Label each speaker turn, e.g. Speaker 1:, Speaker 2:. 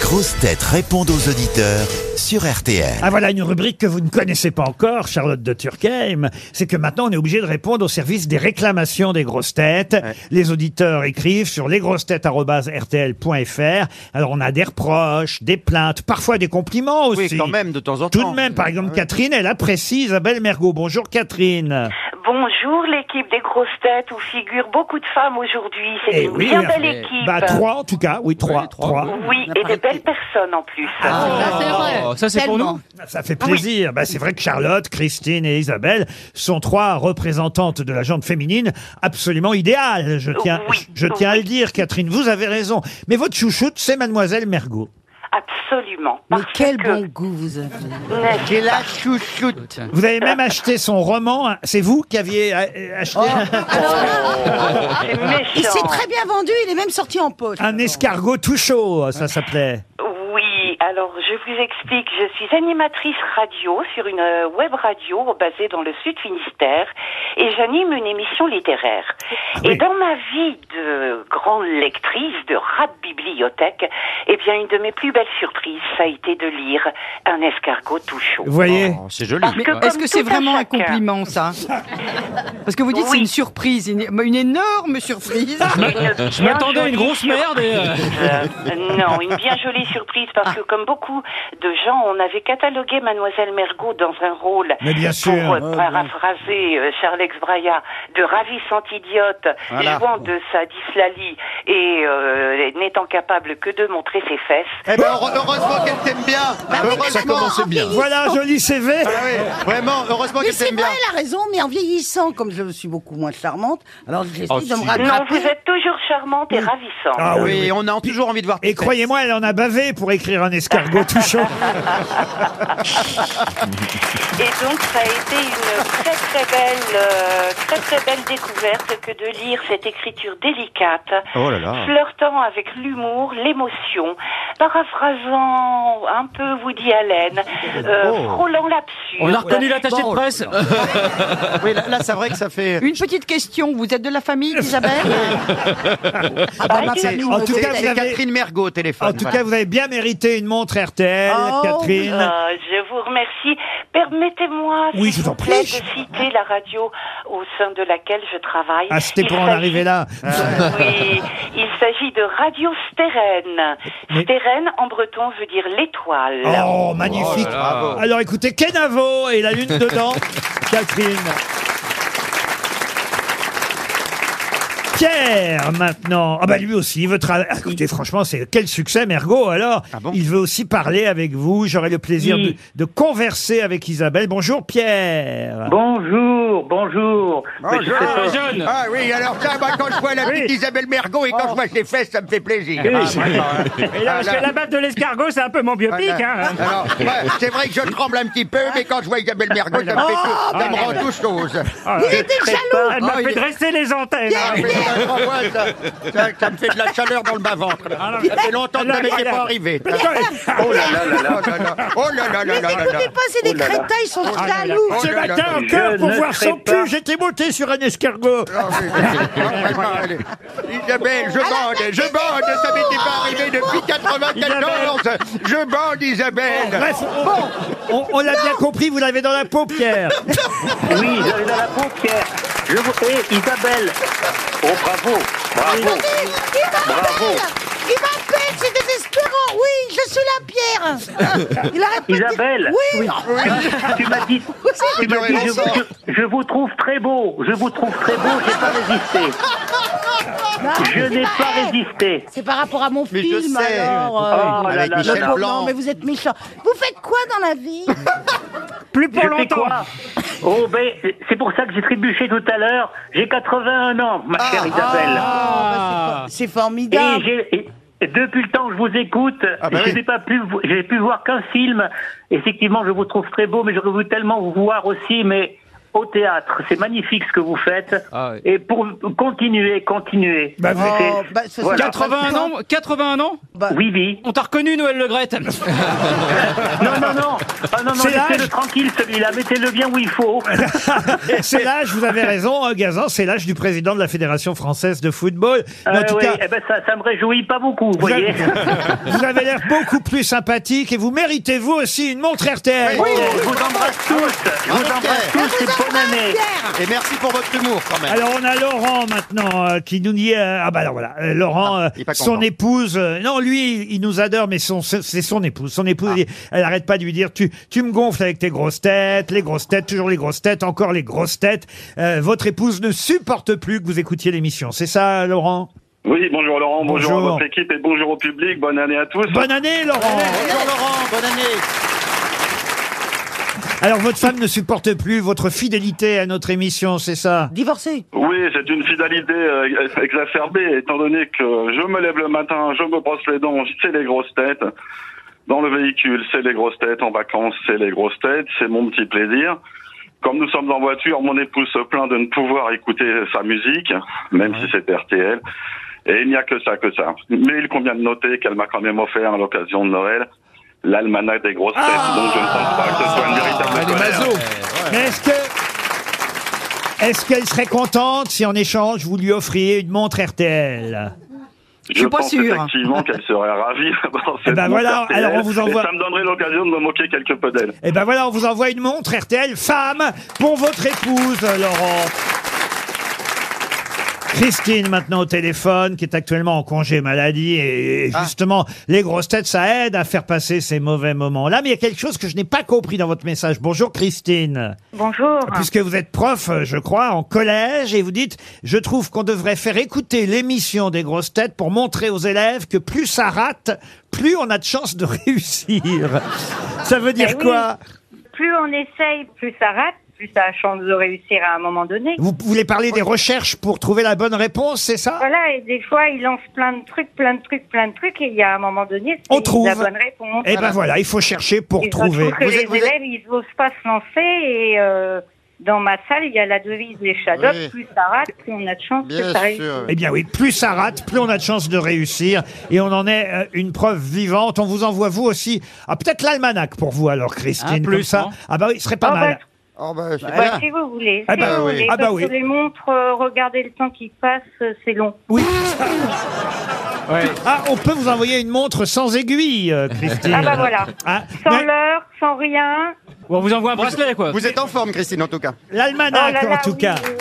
Speaker 1: grosses têtes répondent aux auditeurs sur RTL.
Speaker 2: Ah voilà une rubrique que vous ne connaissez pas encore, Charlotte de Turckheim. C'est que maintenant on est obligé de répondre au service des réclamations des grosses têtes. Les auditeurs écrivent sur lesgrossetêtes@rtl.fr. Alors on a des reproches, des plaintes, parfois des compliments aussi.
Speaker 3: Oui, quand même, de temps en temps.
Speaker 2: Tout de même, par exemple, Catherine, elle apprécie Isabelle Mergot. Bonjour Catherine.
Speaker 4: Bonjour l'équipe des grosses têtes où figurent beaucoup de femmes aujourd'hui. C'est
Speaker 2: Eh
Speaker 4: une
Speaker 2: oui,
Speaker 4: bien
Speaker 2: hein.
Speaker 4: belle équipe.
Speaker 2: Bah trois en tout cas, oui trois, trois.
Speaker 4: Oui, et de belles personnes en plus.
Speaker 5: Ah,
Speaker 6: Ah,
Speaker 2: Ah.
Speaker 3: ça, c'est pour nous
Speaker 2: Oh, Ça fait plaisir. Bah, c'est vrai que Charlotte, Christine et Isabelle sont trois représentantes de la gente féminine absolument idéales. Je tiens,
Speaker 4: Oui,
Speaker 2: je tiens à
Speaker 4: oui.
Speaker 2: le dire, Catherine, vous avez raison. Mais votre chouchoute, c'est Mademoiselle Mergot.
Speaker 4: Absolument.
Speaker 5: Mais
Speaker 4: Parce
Speaker 5: quel
Speaker 4: que,
Speaker 5: bon goût vous avez.
Speaker 4: n'est-ce
Speaker 3: J'ai la chouchoute.
Speaker 2: Vous avez même acheté son roman. hein. C'est vous qui aviez euh, acheté
Speaker 4: pas, c'est
Speaker 5: Il s'est
Speaker 4: méchant.
Speaker 5: très bien vendu, il est même sorti en poche.
Speaker 2: un escargot tout chaud, hein, ça s'appelait.
Speaker 4: Oui, alors je vous explique. Je suis animatrice radio sur une euh, web radio basée dans le Sud Finistère et j'anime une émission littéraire.
Speaker 2: oui.
Speaker 4: Et dans ma vie de grande lectrice, de rap bibliothèque, eh bien une de mes plus belles surprises, ça a été de lire Un escargot tout chaud.
Speaker 2: Vous voyez
Speaker 3: c'est joli.
Speaker 4: Mais Que
Speaker 6: Est-ce
Speaker 4: comme
Speaker 6: que c'est
Speaker 4: tout un
Speaker 6: vraiment un
Speaker 4: chacun.
Speaker 6: compliment, ça Parce que vous dites que
Speaker 4: Oui.
Speaker 6: c'est une surprise, une, une énorme surprise.
Speaker 4: Je m'attendais à une grosse merde. euh, non, une bien jolie surprise parce que comme beaucoup de gens, on avait catalogué Mademoiselle Mergot dans un rôle
Speaker 2: Mais bien sûr.
Speaker 4: pour euh,
Speaker 2: Ouais,
Speaker 4: paraphraser euh, Charles Braya de ravissante idiote,
Speaker 3: Voilà.
Speaker 4: jouant de sa dyslalie et euh, n'étant capable que de montrer ses fesses.
Speaker 3: Eh ben, heure- heureusement qu'elle t'aime
Speaker 7: Ah,
Speaker 3: bien.
Speaker 5: Ça commençait
Speaker 6: Ah,
Speaker 5: bien.
Speaker 2: Voilà un joli CV.
Speaker 3: Ah oui, vraiment, heureusement
Speaker 5: Mais
Speaker 3: qu'elle
Speaker 5: c'est
Speaker 3: t'aime
Speaker 5: vrai,
Speaker 3: bien.
Speaker 5: elle a raison, mais en vieillissant, comme je suis beaucoup moins charmante, alors j'essaie
Speaker 3: Oh,
Speaker 5: de me
Speaker 3: si.
Speaker 4: Non, vous
Speaker 5: rattraper.
Speaker 4: êtes toujours charmante et ravissante.
Speaker 2: Ah oui.
Speaker 3: Oui, on a toujours envie de voir.
Speaker 2: Et croyez-moi, elle en a bavé pour écrire un escargot tout chaud.
Speaker 4: Et donc, ça a été une très très belle, euh, très très belle découverte que de lire cette écriture délicate,
Speaker 3: Oh là là.
Speaker 4: flirtant avec l'humour, l'émotion, paraphrasant un peu Woody Allen, euh,
Speaker 3: Oh.
Speaker 4: frôlant l'absurde. Euh,
Speaker 6: l'attaché de presse.
Speaker 3: Oui, là, là, c'est vrai que ça fait.
Speaker 6: Une petite question, vous êtes de la famille d'Isabelle
Speaker 5: Ah bah,
Speaker 4: Ah,
Speaker 5: ma
Speaker 4: c'est-
Speaker 5: famille
Speaker 2: en
Speaker 5: me
Speaker 2: tout cas,
Speaker 5: déteste.
Speaker 2: vous
Speaker 3: C'est
Speaker 2: avez-
Speaker 3: Catherine Mergot au téléphone.
Speaker 2: En tout cas, vous avez bien mérité une montre RTL,
Speaker 5: Oh,
Speaker 2: Catherine.
Speaker 4: Ah, je vous remercie. Permettez-moi,
Speaker 2: Oui, je
Speaker 4: s'il
Speaker 2: vous en
Speaker 4: vous plaît, de
Speaker 2: prie.
Speaker 4: citer la radio au sein de laquelle je travaille.
Speaker 2: Ah, c'était
Speaker 4: Il
Speaker 2: pour en
Speaker 4: s'agit-
Speaker 2: arriver là.
Speaker 4: Oui, il s'agit de Radio Stérène.
Speaker 2: Mais-
Speaker 4: Stérène, en breton, veut dire l'étoile.
Speaker 2: Oh, magnifique.
Speaker 3: Oh là là. Bravo.
Speaker 2: Alors écoutez, Kenavo et la lune dedans, Catherine. Pierre, maintenant. Ah bah lui aussi, il veut travailler. Écoutez, franchement, c'est quel succès, Mergot, alors.
Speaker 3: Ah bon Hmm.
Speaker 2: il veut aussi parler avec vous. J'aurai le plaisir
Speaker 7: Oui.
Speaker 2: de, de converser avec Isabelle. Bonjour, Pierre.
Speaker 7: Bonjour, bonjour. Mais je sais pas.
Speaker 3: Ah oui, alors ça, bah, quand je vois la petite Isabelle Mergot et
Speaker 2: Oh.
Speaker 3: quand je vois ses fesses, ça me fait plaisir. Ah, vraiment, hein.
Speaker 7: Et là,
Speaker 3: Ah,
Speaker 7: parce que la baffe de l'escargot, c'est un peu mon biopic. Hein.
Speaker 3: Alors, ouais, c'est vrai que je tremble un petit peu, mais quand je vois Isabelle Mergot, ça me, fait tout, ça me rend tout chose.
Speaker 7: Ah,
Speaker 5: Vous
Speaker 7: ouais.
Speaker 5: étiez jaloux
Speaker 7: Elle m'a
Speaker 6: Oh,
Speaker 7: fait
Speaker 6: il-
Speaker 7: dresser les antennes. hein.
Speaker 3: Ah, mais quand je renvoie, ça, ça- ça me fait de la chaleur dans le bas-ventre.
Speaker 2: Ah,
Speaker 3: là. Ça fait longtemps que ça m'était pas arrivé. Oh là là là là là là. Oh là là là
Speaker 5: Mais
Speaker 3: là là Oh là.
Speaker 5: n'écoutez pas, c'est des crétins, ils sont jaloux.
Speaker 3: Oh
Speaker 2: Ce
Speaker 3: là là.
Speaker 2: matin, en cœur,
Speaker 7: Je
Speaker 2: pour
Speaker 7: ne
Speaker 2: voir
Speaker 7: serai
Speaker 2: son
Speaker 7: pas-
Speaker 2: cul, j'étais monté sur un escargot.
Speaker 3: Ah oui. Ah, vraiment, allez. Isabelle, je bande, je bande, ça m'était pas arrivé depuis 94. Je bande, Isabelle.
Speaker 8: Oh,
Speaker 2: Bref, on, on l'a bien compris, vous l'avez dans la peau, Pierre.
Speaker 7: Oui, j'avais dans la peau, Pierre. Je vous... Eh, Isabelle. Oh, bravo, bravo.
Speaker 5: Il m'appelle Il m'appelle, c'est désespérant Oui, je suis la pierre Il arrête pas de dire-
Speaker 7: Isabelle.
Speaker 5: Oui
Speaker 7: Tu m'as dit, tu m'as dit je, je- je vous trouve très beau. Je vous trouve très beau. J'ai pas résisté.
Speaker 5: Non,
Speaker 7: Je
Speaker 5: c'est
Speaker 7: n'ai
Speaker 5: pas
Speaker 7: pas
Speaker 5: elle.
Speaker 7: résisté.
Speaker 5: C'est par rapport à mon
Speaker 3: Mais je
Speaker 5: film,
Speaker 3: sais.
Speaker 5: alors.
Speaker 7: Oh là
Speaker 3: Avec
Speaker 7: là là
Speaker 3: Michel
Speaker 5: Oh,
Speaker 7: là.
Speaker 5: non,
Speaker 3: Blanc.
Speaker 5: mais vous êtes méchant. Vous faites quoi dans la vie
Speaker 7: Plus pour
Speaker 8: Je fais
Speaker 7: longtemps.
Speaker 8: quoi Oh, ben, c'est pour ça que j'ai trébuché tout à l'heure. J'ai 81 ans, ma chère Isabelle.
Speaker 5: Ah, bah, c'est for- c'est
Speaker 8: et
Speaker 5: formidable.
Speaker 8: j'ai. et Depuis le temps que je vous écoute,
Speaker 3: Ah bah
Speaker 8: je
Speaker 3: oui.
Speaker 8: n'ai pas pu, vo- j'ai pu voir qu'un film. Effectivement, je vous trouve très beau, mais j'aurais voulu tellement vous voir aussi, mais au théâtre, c'est magnifique ce que vous faites. Et pour continuer, continuer.
Speaker 2: Bah,
Speaker 5: Oh, bah, ça, Oh, c'est-
Speaker 6: 81 ans 81 ans
Speaker 8: Oui, oui.
Speaker 9: On t'a reconnu, Noël Le Graët.
Speaker 8: Non, non, non. Ah, non, non,
Speaker 2: C'est l'âge.
Speaker 8: laissez-le tranquille, celui-là. Mettez-le bien où il faut.
Speaker 2: c'est l'âge, vous avez raison, hein, Gazan, c'est l'âge du président de la Fédération française de football. Mais en
Speaker 8: Ah,
Speaker 2: tout
Speaker 8: oui.
Speaker 2: cas,
Speaker 8: Eh ben, ça, ça me réjouit pas beaucoup, vous
Speaker 2: vous avez,
Speaker 8: voyez.
Speaker 2: vous avez l'air beaucoup plus sympathique et vous méritez, vous aussi, une montre RTL.
Speaker 8: Oh, je vous embrasse tous. Je vous embrasse tous et bonne année.
Speaker 3: Et merci pour votre humour quand même.
Speaker 2: Alors on a Laurent maintenant euh, qui nous dit euh, ah bah alors voilà euh, Laurent euh,
Speaker 3: Ah, il est pas
Speaker 2: son
Speaker 3: content.
Speaker 2: épouse euh, non lui il nous adore mais son c'est son épouse son épouse
Speaker 3: Ah.
Speaker 2: il- elle arrête pas de lui dire tu tu me gonfles avec tes grosses têtes les grosses têtes toujours les grosses têtes encore les grosses têtes Euh, votre épouse ne supporte plus que vous écoutiez l'émission c'est ça Laurent
Speaker 10: Oui, bonjour Laurent, bonjour,
Speaker 2: Bonjour.
Speaker 10: à votre équipe et bonjour au public, bonne année à tous.
Speaker 2: bonne année Laurent
Speaker 3: Bonjour Laurent, bonne année.
Speaker 2: alors votre femme ne supporte plus votre fidélité à notre émission c'est ça
Speaker 5: Divorcé.
Speaker 10: Oui, c'est une fidélité euh, exacerbée, étant donné que je me lève le matin, je me brosse les dents, c'est les grosses têtes. Dans le véhicule, c'est les grosses têtes, en vacances, c'est les grosses têtes, c'est mon petit plaisir. Comme nous sommes en voiture, mon épouse se plaint de ne pouvoir écouter sa musique, même si c'est RTL. Et il n'y a que ça, que ça. Mais il convient de noter qu'elle m'a quand même offert, à l'occasion de Noël, l'almanach des grosses têtes.
Speaker 2: Ah
Speaker 10: donc je ne pense pas que ce soit une véritable colère.
Speaker 2: mais est-ce que est-ce qu'elle serait contente si en échange vous lui offriez une montre RTL
Speaker 6: Je suis pas
Speaker 10: pense
Speaker 6: sûr.
Speaker 10: effectivement qu'elle serait ravie d'avoir cette
Speaker 2: ben
Speaker 10: montre
Speaker 2: voilà,
Speaker 10: RTL,
Speaker 2: alors on vous
Speaker 10: et
Speaker 2: envoie-
Speaker 10: ça me donnerait l'occasion de me moquer quelque peu d'elle.
Speaker 2: Eh ben voilà, on vous envoie une montre RTL femme pour votre épouse, Laurent. Christine, maintenant au téléphone, qui est actuellement en congé maladie. Et justement, les grosses têtes, ça aide à faire passer ces mauvais moments-là. Mais il y a quelque chose que je n'ai pas compris dans votre message. Bonjour Christine.
Speaker 4: Bonjour.
Speaker 2: Puisque vous êtes prof, euh, je crois, en collège, et vous dites, je trouve qu'on devrait faire écouter l'émission des grosses têtes pour montrer aux élèves que plus ça rate, plus on a de chances de réussir. Ça veut dire
Speaker 4: Eh oui.
Speaker 2: quoi
Speaker 4: Plus on essaye, plus ça rate, plus ça a chance de réussir à un moment donné.
Speaker 2: Vous voulez parler des recherches pour trouver la bonne réponse, c'est ça
Speaker 4: Voilà, et des fois, ils lancent plein de trucs, plein de trucs, plein de trucs, et il y a un moment donné,
Speaker 2: On
Speaker 4: c'est
Speaker 2: trouve.
Speaker 4: la bonne réponse.
Speaker 2: Eh ben voilà, il faut chercher pour
Speaker 4: Et je
Speaker 2: trouver.
Speaker 4: trouve que
Speaker 3: Vous
Speaker 4: les
Speaker 3: êtes- vous êtes-
Speaker 4: élèves, ils n'osent pas se lancer, et euh, dans ma salle, il y a la devise des shadows,
Speaker 3: Oui.
Speaker 4: plus ça rate, plus on a de chance que ça
Speaker 3: Bien
Speaker 4: réussisse.
Speaker 3: sûr.
Speaker 2: Eh bien oui, plus ça rate, plus on a de chances de réussir. Et on en est euh, une preuve vivante. On vous envoie vous aussi. Ah, peut-être l'almanach pour vous alors, Christine.
Speaker 9: Ah,
Speaker 2: comme
Speaker 9: plus,
Speaker 2: ça.
Speaker 9: non
Speaker 2: Ah bah oui, ce serait pas
Speaker 4: Oh,
Speaker 2: mal.
Speaker 4: bah,
Speaker 3: Oh bah, c'est
Speaker 4: bah,
Speaker 3: bien.
Speaker 4: si vous voulez,
Speaker 2: Ah
Speaker 4: si
Speaker 2: bah
Speaker 4: vous
Speaker 3: oui.
Speaker 4: voulez.
Speaker 2: Ah bah
Speaker 4: Comme
Speaker 2: oui.
Speaker 4: sur les montres, euh, regardez le temps qui passe, euh, c'est long.
Speaker 2: Oui. Ah, on peut vous envoyer une montre sans aiguille, euh, Christine.
Speaker 4: Ah bah voilà.
Speaker 2: Ah,
Speaker 4: Sans
Speaker 2: mais
Speaker 4: l'heure, sans rien.
Speaker 9: Ou on vous envoie un bracelet, quoi.
Speaker 3: Vous êtes en forme Christine en tout cas.
Speaker 4: Oh
Speaker 2: L'almanach
Speaker 4: là
Speaker 2: Ah, en
Speaker 4: là,
Speaker 2: tout
Speaker 4: oui,
Speaker 2: cas.
Speaker 4: oui, oui.